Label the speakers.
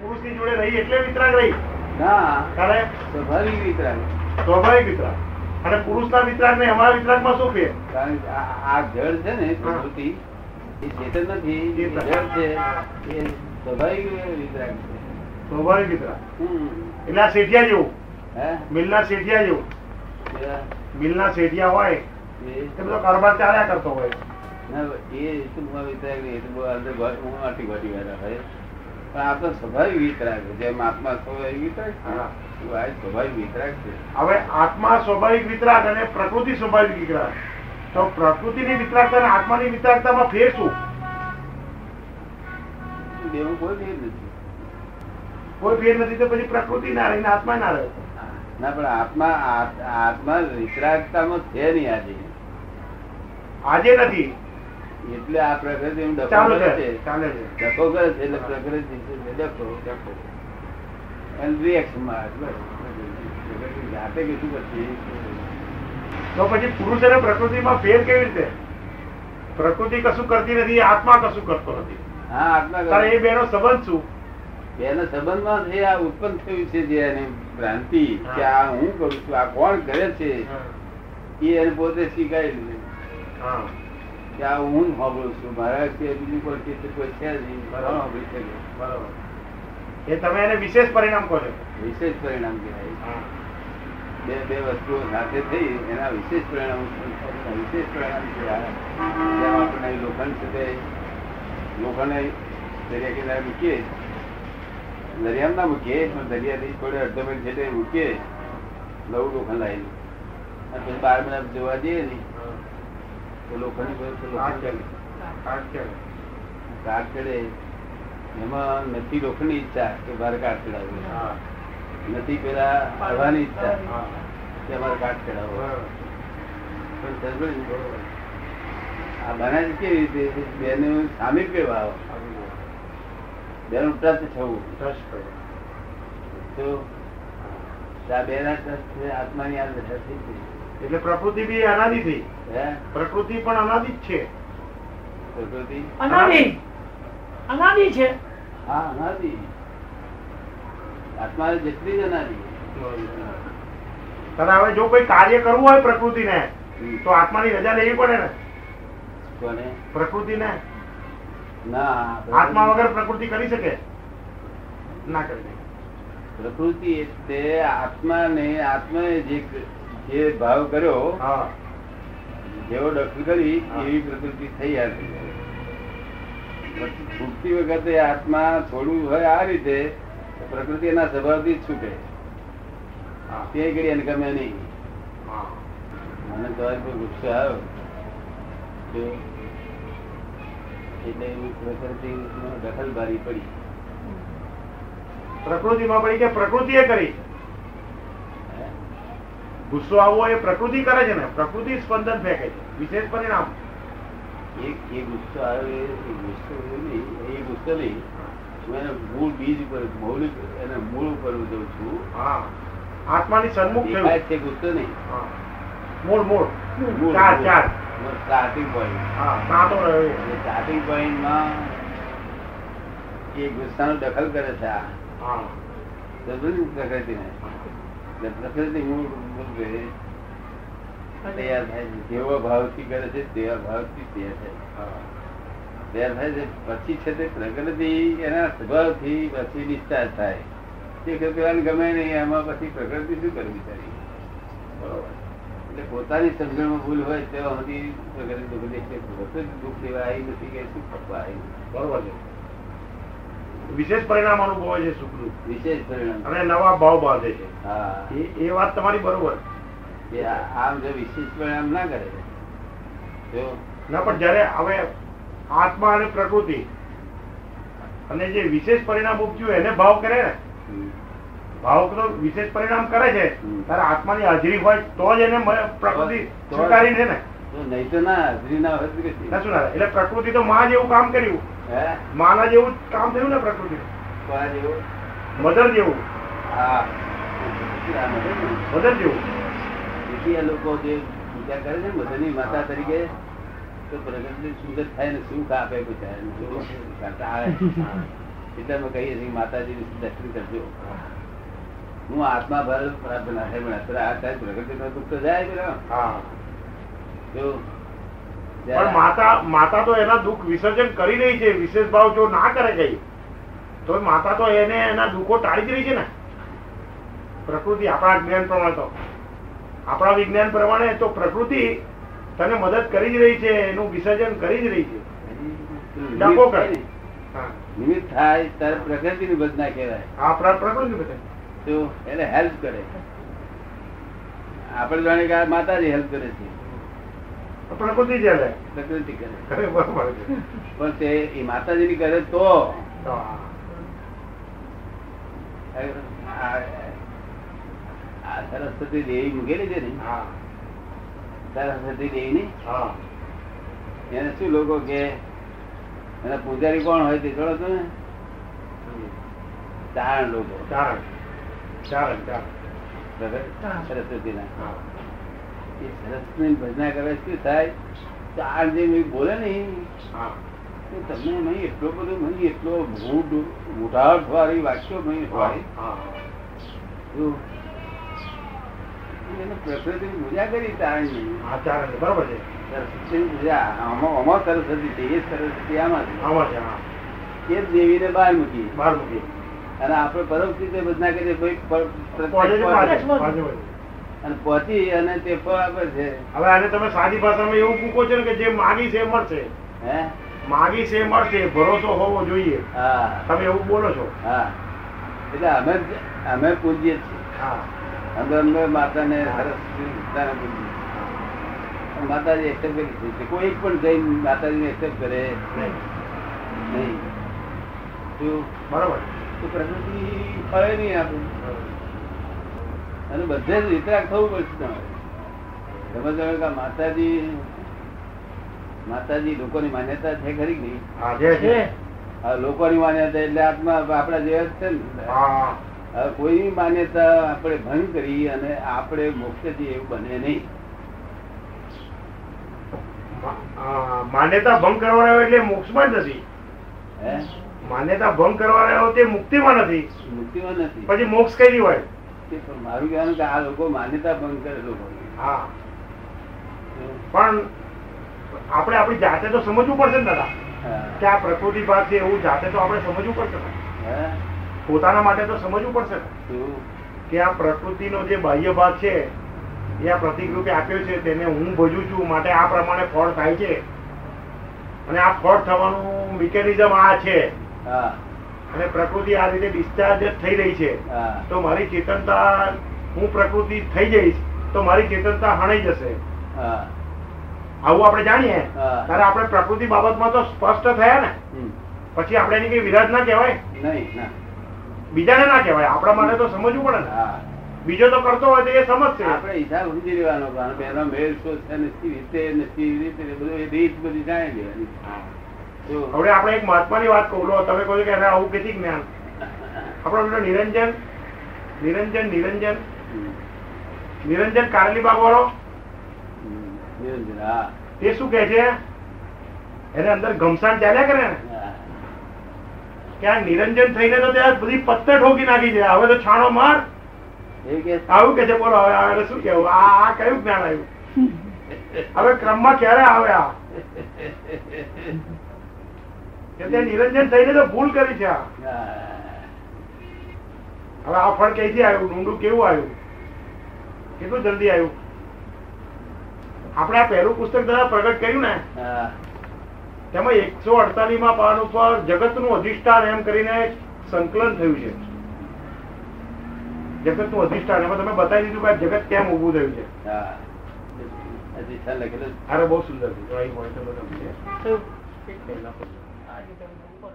Speaker 1: પુરુષની જોડે રહી એટલે વિતરાગ રહી
Speaker 2: ના
Speaker 1: તારે
Speaker 2: સ્વાભાવિક વિતરાગ
Speaker 1: સ્વાભાવિક વિતરાગ અને પુરુષના વિતરાગ ને અમારા વિતરાગમાં શું ફેર
Speaker 2: કારણ કે આ આ જળ છે ને પ્રકૃતિ એ ચેતન નથી એ
Speaker 1: ચેતન.
Speaker 2: જળ છે એ સ્વાભાવિક વિતરાગ છે
Speaker 1: સ્વાભાવિક વિતરાગ
Speaker 2: હમ.
Speaker 1: એટલે આ શેઠિયા જેવું
Speaker 2: હે?
Speaker 1: મિલના શેઠિયા જેવું
Speaker 2: એવા-
Speaker 1: મિલના શેઠિયા હોય
Speaker 2: એ-
Speaker 1: એ બધો કારોબાર ચાલ્યા કરતો હોય
Speaker 2: ના, એ શું હું વિતરાગ નહીં, એ તો બહુ અંદર ઘર- હું આટલી ઘટી વાળા હોય. પણ આપણો સ્વાભાવિક વિતરાગ છે. જેમ આત્મા સ્વાભાવિક વિતરાગ છે
Speaker 1: હા.
Speaker 2: એવું આ સ્વાભાવિક વિતરાગ છે
Speaker 1: હવે આત્મા સ્વાભાવિક વિતરાગ અને પ્રકૃતિ સ્વાભાવિક વિતરાગ તો પ્રકૃતિની વિતરાગતા અને આત્માની વિતરાગતામાં ફેર શું
Speaker 2: બેમાં કોઈ ભેદ નથી
Speaker 1: કોઈ ફેર નથી તો પછી પ્રકૃતિ ના રહી ને આત્મા ના રહે
Speaker 2: ના પણ આત્મા આત- આત્મા વિતરાગતામાં છે નહીં આજે
Speaker 1: આજે નથી
Speaker 2: એટલે આ પ્રકૃતિ એમ ડખો
Speaker 1: ચાલુ
Speaker 2: કરે
Speaker 1: છે
Speaker 2: છે
Speaker 1: ચાલે છે
Speaker 2: ડખો કરે છે એટલે પ્રકૃતિ છે તે ડખો અને reaction માં આવે. બસ. પ્રકૃતિ જાતે કેટલું કરતી
Speaker 1: તો પછી પુરુષ અને પ્રકૃતિમાં ફેર કેવી રીતે પ્રકૃતિ કશું કરતી નથી આત્મા કશું કરતો નથી
Speaker 2: હા આત્મા કરે.
Speaker 1: તારે એ બેનો સંબંધ શું
Speaker 2: એના સંબંધમાં જે આ ઉત્પન્ન થયું છે જે એની ભ્રાંતિ
Speaker 1: હા.
Speaker 2: કે આ હું કરું છું આ કોણ કરે છે એ એને પોતે સ્વીકારી લીધું
Speaker 1: હા.
Speaker 2: કે આ હું હોબળું છું મારા સિવાય બીજું કોઈ ચિત્ર કોઈ છે જ નહીં
Speaker 1: બરાબર.
Speaker 2: કોણ હોબળી શકે?
Speaker 1: બરાબર એ તમે એને વિશેષ પરિણામ કહો છો
Speaker 2: વિશેષ પરિણામ કહેવાય બે બે વસ્તુઓ સાથે થઈ એના વિશેષ પરિણામ ઉત્પન્ન થાય. વિશેષ પરિણામ છે આ. જેમ આપણે લોખંડ છે તે લોખંડ દરિયા કિનારે મૂકીએ દરિયામાં ના મૂકીએ પણ દરિયાથી થોડે અડધો મિનિટ છે તે મૂકીએ નવું લોખંડ લાવી અને પછી બાર મિનિટ જોવા જઈએ ને તો લોખંડ પર લોખંડ ચડે. કાટ ચડે એમાં નથી લોખંડની ઈચ્છા કે બહાર કાટ ચડાવવું
Speaker 1: હા.
Speaker 2: નથી પેલા હળવાની ઈચ્છા
Speaker 1: હા.
Speaker 2: કે અમારે કાટ ચડાવો પણ સમજો ને, આ બનાવી કેવી રીતે બેનું સામીપ્ય ભાવ બેનું ટચ થવું તો આ બેના ટચ આત્માની આ દશા થઈ ગઈ.
Speaker 1: એટલે પ્રકૃતિ બી અનાદિ થઈ
Speaker 2: હે
Speaker 1: પ્રકૃતિ પણ અનાદિ જ છે
Speaker 2: પ્રકૃતિ
Speaker 3: અનાદિ અનાદિ છે
Speaker 2: હા અનાદિ આત્મા જેટલી જ અનાદિ
Speaker 1: તારે હવે જો કોઈ કાર્ય કરવું હોય પ્રકૃતિને તો આત્માની રજા લેવી પડે ને
Speaker 2: કોને
Speaker 1: પ્રકૃતિને
Speaker 2: ના
Speaker 1: આત્મા વગર પ્રકૃતિ કરી શકે ના કરી શકે.
Speaker 2: પ્રકૃતિ તે આત્માને આત્માએ જે જે ભાવ કર્યો
Speaker 1: હા
Speaker 2: જેવો દખલ કરી
Speaker 1: હા.
Speaker 2: એવી પ્રકૃતિ થઈ આ થઈ. છૂટતી વખતે આત્મા થોડું હોય આ રીતે તો પ્રકૃતિ એના સ્વભાવથી જ છૂટે
Speaker 1: હા
Speaker 2: તે કરી એને ગમે નહીં
Speaker 1: હા.
Speaker 2: મને તમારી પર ગુસ્સો આવ્યો તો એટલે એવી પ્રકૃતિ દખલ ભારી પડી
Speaker 1: પ્રકૃતિમાં પડી કે પ્રકૃતિએ કરી
Speaker 2: હે?
Speaker 1: ગુસ્સો આવવો એ પ્રકૃતિ કરે છે ને પ્રકૃતિ સ્પંદન ફેંકે છે વિશેષ પરિણામ
Speaker 2: એક એ ગુસ્સો આવ્યો એ ગુસ્સો નહીં એ ગુસ્સો નહીં હું એના મૂળ બીજ ઉપર મૌલિક એના મૂળ ઉપર હું જઉં છું
Speaker 1: હા આત્માની સન્મુખ
Speaker 2: દેખાય
Speaker 1: થયું
Speaker 2: છે ગુસ્સો નહીં
Speaker 1: હા. મૂળ મૂળ
Speaker 2: મૂળ,
Speaker 1: ચાર
Speaker 2: મૂળ.
Speaker 1: ચાર
Speaker 2: મૂળ starting point.
Speaker 1: હા સાતો રહ્યો
Speaker 2: એટલે starting point માં એ ગુસ્સાનો દખલ કરે છે આ
Speaker 1: હા
Speaker 2: સમજો ને પ્રકૃતિને એટલે પ્રકૃતિ મૂળ મૂળ રહે, તૈયાર થાય છે જેવો ભાવથી કરે છે તેવા ભાવથી તૈયાર થાય છે. તૈયાર થાય છે પછી છે તે પ્રકૃતિ એના સ્વભાવથી પછી discharge થાય તે કૃતિવાન ગમે નહીં એમાં પછી પ્રકૃતિ શું કરવી તારી?
Speaker 1: બરોબર.
Speaker 2: એટલે પોતાની સમજણમાં ભૂલ હોય તેવા સુધી પ્રકૃતિ દુઃખ દે છે પ્રકૃતિ દુઃખ દેવા આવી નથી કે સુખ આપવા આવી નથી.
Speaker 1: બરોબર છે વિશેષ પરિણામ અનુભવે છે સુખનું
Speaker 2: વિશેષ પરિણામ
Speaker 1: અને નવા ભાવ બાંધે છે
Speaker 2: હા
Speaker 1: એ એ વાત તમારી બરોબર
Speaker 2: એ આ- આમ જો વિશેષ પરિણામ ના કરે જો
Speaker 1: ના પણ જ્યારે હવે આત્મા અને પ્રકૃતિ અને જે વિશેષ પરિણામ ઉપજ્યું એને ભાવ કરે ને
Speaker 2: હમ,
Speaker 1: ભાવક તો વિશેષ પરિણામ કરે છે
Speaker 2: હમ.
Speaker 1: ત્યારે આત્માની હાજરી હોય તો જ એને મ- પ્રકૃતિ
Speaker 2: તો- તો-
Speaker 1: સ્વીકારી છે ને
Speaker 2: તો નહીં તો ના હાજરી ના હોય તો કે
Speaker 1: ના શું ના થાય? એટલે પ્રકૃતિ તો માં જેવું કામ કર્યું
Speaker 2: હે
Speaker 1: માના જેવું જ કામ થયું ને પ્રકૃતિ
Speaker 2: તો આ જેવું?
Speaker 1: મધર જેવું
Speaker 2: હા આ મધર ને.
Speaker 1: મધર જેવું
Speaker 2: તેથી આ લોકો જે પૂજા કરે છે ને મધરની માતા તરીકે તો પ્રગટ સુંદર થાય ને સુખ આપે બધાને. સુખ આપતા આવે. એટલે અમે કહીએ છીએ કે માતાજીની દર્શન કરજો હું આત્મા ભર પ્રાર્થના થાય પણ અત્યારે આ સાહેબ પ્રગતિનો દુઃખ તો જાય પેલો.
Speaker 1: હા
Speaker 2: જો
Speaker 1: પણ માતા માતા તો એના દુઃખ વિસર્જન કરી રહી છે વિશેષ ભાવ જો ના કરે કઈ તો માતા તો એને એના દુઃખો ટાળી જ રહી છે ને પ્રકૃતિ આપણા જ્ઞાન પ્રમાણે તો આપણા વિજ્ઞાન પ્રમાણે તો પ્રકૃતિ તને મદદ કરી જ રહી છે એનું વિસર્જન કરી જ રહી છે ડખો કરે.
Speaker 2: નિમિત્ત થાય ને,
Speaker 1: હા.
Speaker 2: નિમિત્ત થાય ત્યારે પ્રકૃતિની ભજના કહેવાય
Speaker 1: આ પ્ર- પ્રકૃતિ બધે
Speaker 2: તો એને હેલ્પ કરે આપણે જાણીએ કે આ માતાજી હેલ્પ કરે છે
Speaker 1: પ્રકૃતિ જ હેલે.
Speaker 2: પ્રકૃતિ કરે
Speaker 1: અરે બરોબર છે
Speaker 2: પણ તે એ માતાજીની કરે તો
Speaker 1: હા.
Speaker 2: આ આ સરસ્વતી દેવી મૂકેલી છે ને
Speaker 1: હા.
Speaker 2: સરસ્વતી દેવીની
Speaker 1: હા.
Speaker 2: એને શું લોકો કે એના પૂજારી કોણ હોય તે જોડો તમે ચારણ લોકો
Speaker 1: ચારણ. ચારણ, ચારણ.
Speaker 3: ચારણ.
Speaker 2: સરસ્વતીના
Speaker 1: હા.
Speaker 2: એ સરસ્વતીની ભજના કરે શું થાય ચાર જે મેં બોલે નહીં
Speaker 1: હા.
Speaker 2: તો તમને નહીં એટલો બધો નહીં એટલો મૂડ ઉઢાવટ વાળી વાક્યો નહીં હોય
Speaker 1: હા.
Speaker 2: જો એને પ્રકૃતિની પૂજા કરી ચારણની
Speaker 1: હા, ચારણ. બરોબર છે
Speaker 2: સરસ્વતી પૂજા આમાં આમાં સરસ્વતી છે એ સરસ્વતી આમાં છે.
Speaker 1: આમાં છે હા.
Speaker 2: એ જ દેવીને બહાર મૂકી
Speaker 1: બહાર મૂકીએ.
Speaker 2: અને આપણે પરોક્ષ રીતે ભજના કરીએ કોઈ પર- પ્રત્યક્ષ
Speaker 1: કોલેજ
Speaker 3: કોલેજ.
Speaker 1: બાજુ,
Speaker 2: પહોંચે.
Speaker 1: બાજુ બાજુ.
Speaker 2: અને પહોંચી અને તે ફળ આપે છે
Speaker 1: હવે આને તમે સાદી ભાષામાં એવું મૂકો છો ને કે જે માગી છે એ મળશે
Speaker 2: હે
Speaker 1: માગી છે એ મળશે ભરોસો હોવો જોઈએ
Speaker 2: હા
Speaker 1: તમે એવું બોલો છો
Speaker 2: હા એટલે અમે જ- અમે પૂજીએ છીએ
Speaker 1: હા
Speaker 2: અંદર અંદર માતાને સરસ્વતી માતાને પૂજીએ છીએ. પણ માતાજી એક્સેપ્ટ કરી છે કોઈ પણ જઈને માતાજીને એક્સેપ્ટ કરે
Speaker 1: નહીં.
Speaker 2: નહીં તો
Speaker 1: બરોબર
Speaker 2: તો પ્રકૃતિ ફળે નહીં આપણને. અને બધે જ વિતરાગ થવું પડશે તમારે તમે જાણો કે આ માતાજી માતાજી લોકોની માન્યતા છે ખરી કે નહીં
Speaker 1: હા જે છે
Speaker 3: છે.
Speaker 2: આ લોકોની માન્યતા એટલે આત્મા આપણા જેવા જ છે ને
Speaker 1: હા
Speaker 2: હવે કોઈ માન્યતા આપણે ભંગ કરી અને આપણે મોક્ષ જઈએ એવું બને નહીં
Speaker 1: મા- આ, માન્યતા ભંગ કરવા રહ્યો એટલે મોક્ષમાં જ નથી
Speaker 2: હે
Speaker 1: માન્યતા ભંગ કરવા રહ્યો તે મુક્તિમાં નથી
Speaker 2: મુક્તિમાં નથી
Speaker 1: પછી મોક્ષ કઈ દી હોય
Speaker 2: તે પણ મારું કહેવાનું કે આ લોકો માન્યતા ભંગ કરે લોકો
Speaker 1: હા પણ આપણે આપણી જાતે તો સમજવું પડશે ને દાદા કે આ પ્રકૃતિ ભાગ છે એવું જાતે તો આપણે સમજવું પડશે ને. પોતાના માટે તો સમજવું પડશે ને કે આ પ્રકૃતિનો જે બાહ્ય ભાગ છે એ આ પ્રતિક રૂપે આપ્યો છે તેને હું ભજું છું માટે આ પ્રમાણે ફળ થાય છે અને આ ફળ થવાનું મિકેનિઝમ આ છે
Speaker 2: હા
Speaker 1: અને પ્રકૃતિ આ રીતે ડિસ્ચાર્જ જ થઈ રહી છે
Speaker 2: હા
Speaker 1: તો મારી ચેતનતા હું પ્રકૃતિ થઈ જઈશ તો મારી ચેતનતા હણાઈ જશે
Speaker 2: હા
Speaker 1: આવું આપણે જાણીએ
Speaker 2: હા.
Speaker 1: ત્યારે આપણે પ્રકૃતિ બાબતમાં તો સ્પષ્ટ થયા ને
Speaker 2: હમ.
Speaker 1: પછી આપણે એની કઈ વિરાજ ના કહેવાય
Speaker 2: નહીં ના
Speaker 1: બીજાને ના કહેવાય આપણા માટે તો સમજવું પડે ને
Speaker 2: હા
Speaker 1: બીજો તો કરતો હોય તો એ સમજશે
Speaker 2: આપણે હિસાબ સમજી લેવાનો કારણ પહેલા મેળ શો છે ને સી રીતે ને સી રીતે ને બધું એ રીત બધી જાણી લેવાની જો
Speaker 1: હવે આપણે એક મહાત્માની વાત કહું લો તમે કહો છો કે અરે આવું કેટલી જ્ઞાન આપણો પેલો નિરંજન નિરંજન નિરંજન
Speaker 2: હમ.
Speaker 1: નિરંજન કારેલીબાગ વાળો
Speaker 2: હમ. નિરંજન હા
Speaker 1: એ શું કહે છે એને અંદર ઘમસાણ ચાલ્યા કરે ને
Speaker 2: હા.
Speaker 1: કે આ નિરંજન થઈને તો ત્યાં બધી પત્તર ઠોકી નાખી છે હવે તો છાણો માર
Speaker 2: એ કે
Speaker 1: આવું કે છે બોલો હવે હવે શું કેવું આ આ કયું જ્ઞાન આવ્યું હવે ક્રમમાં ક્યારે આવે આ કે ત્યાં નિરંજન થઈને તો ભૂલ કરી છે આ
Speaker 2: હા.
Speaker 1: હવે આ ફળ કઈથી આવ્યું ઊંડું કેવું આવ્યું કેટલું જલ્દી આવ્યું આપણે આ પહેલું પુસ્તક દાદા પ્રગટ કર્યું ને
Speaker 2: હા.
Speaker 1: તેમાં એકસો અડતાલીસમાં પાન ઉપર જગતનું અધિષ્ઠાન એમ કરીને એક સંકલન થયું છે જગતનું અધિષ્ઠાન એમાં તમે બતાવી દીધું કે આ જગત કેમ ઊભું થયું છે
Speaker 2: હા. અધિષ્ઠાન લખેલું
Speaker 1: અરે બહુ સુંદર છે ડ્રોઈંગ હોય તો બધું છે.
Speaker 3: થયું.
Speaker 1: પહેલા પુસ્તક.
Speaker 3: આ રીતે ઉપર.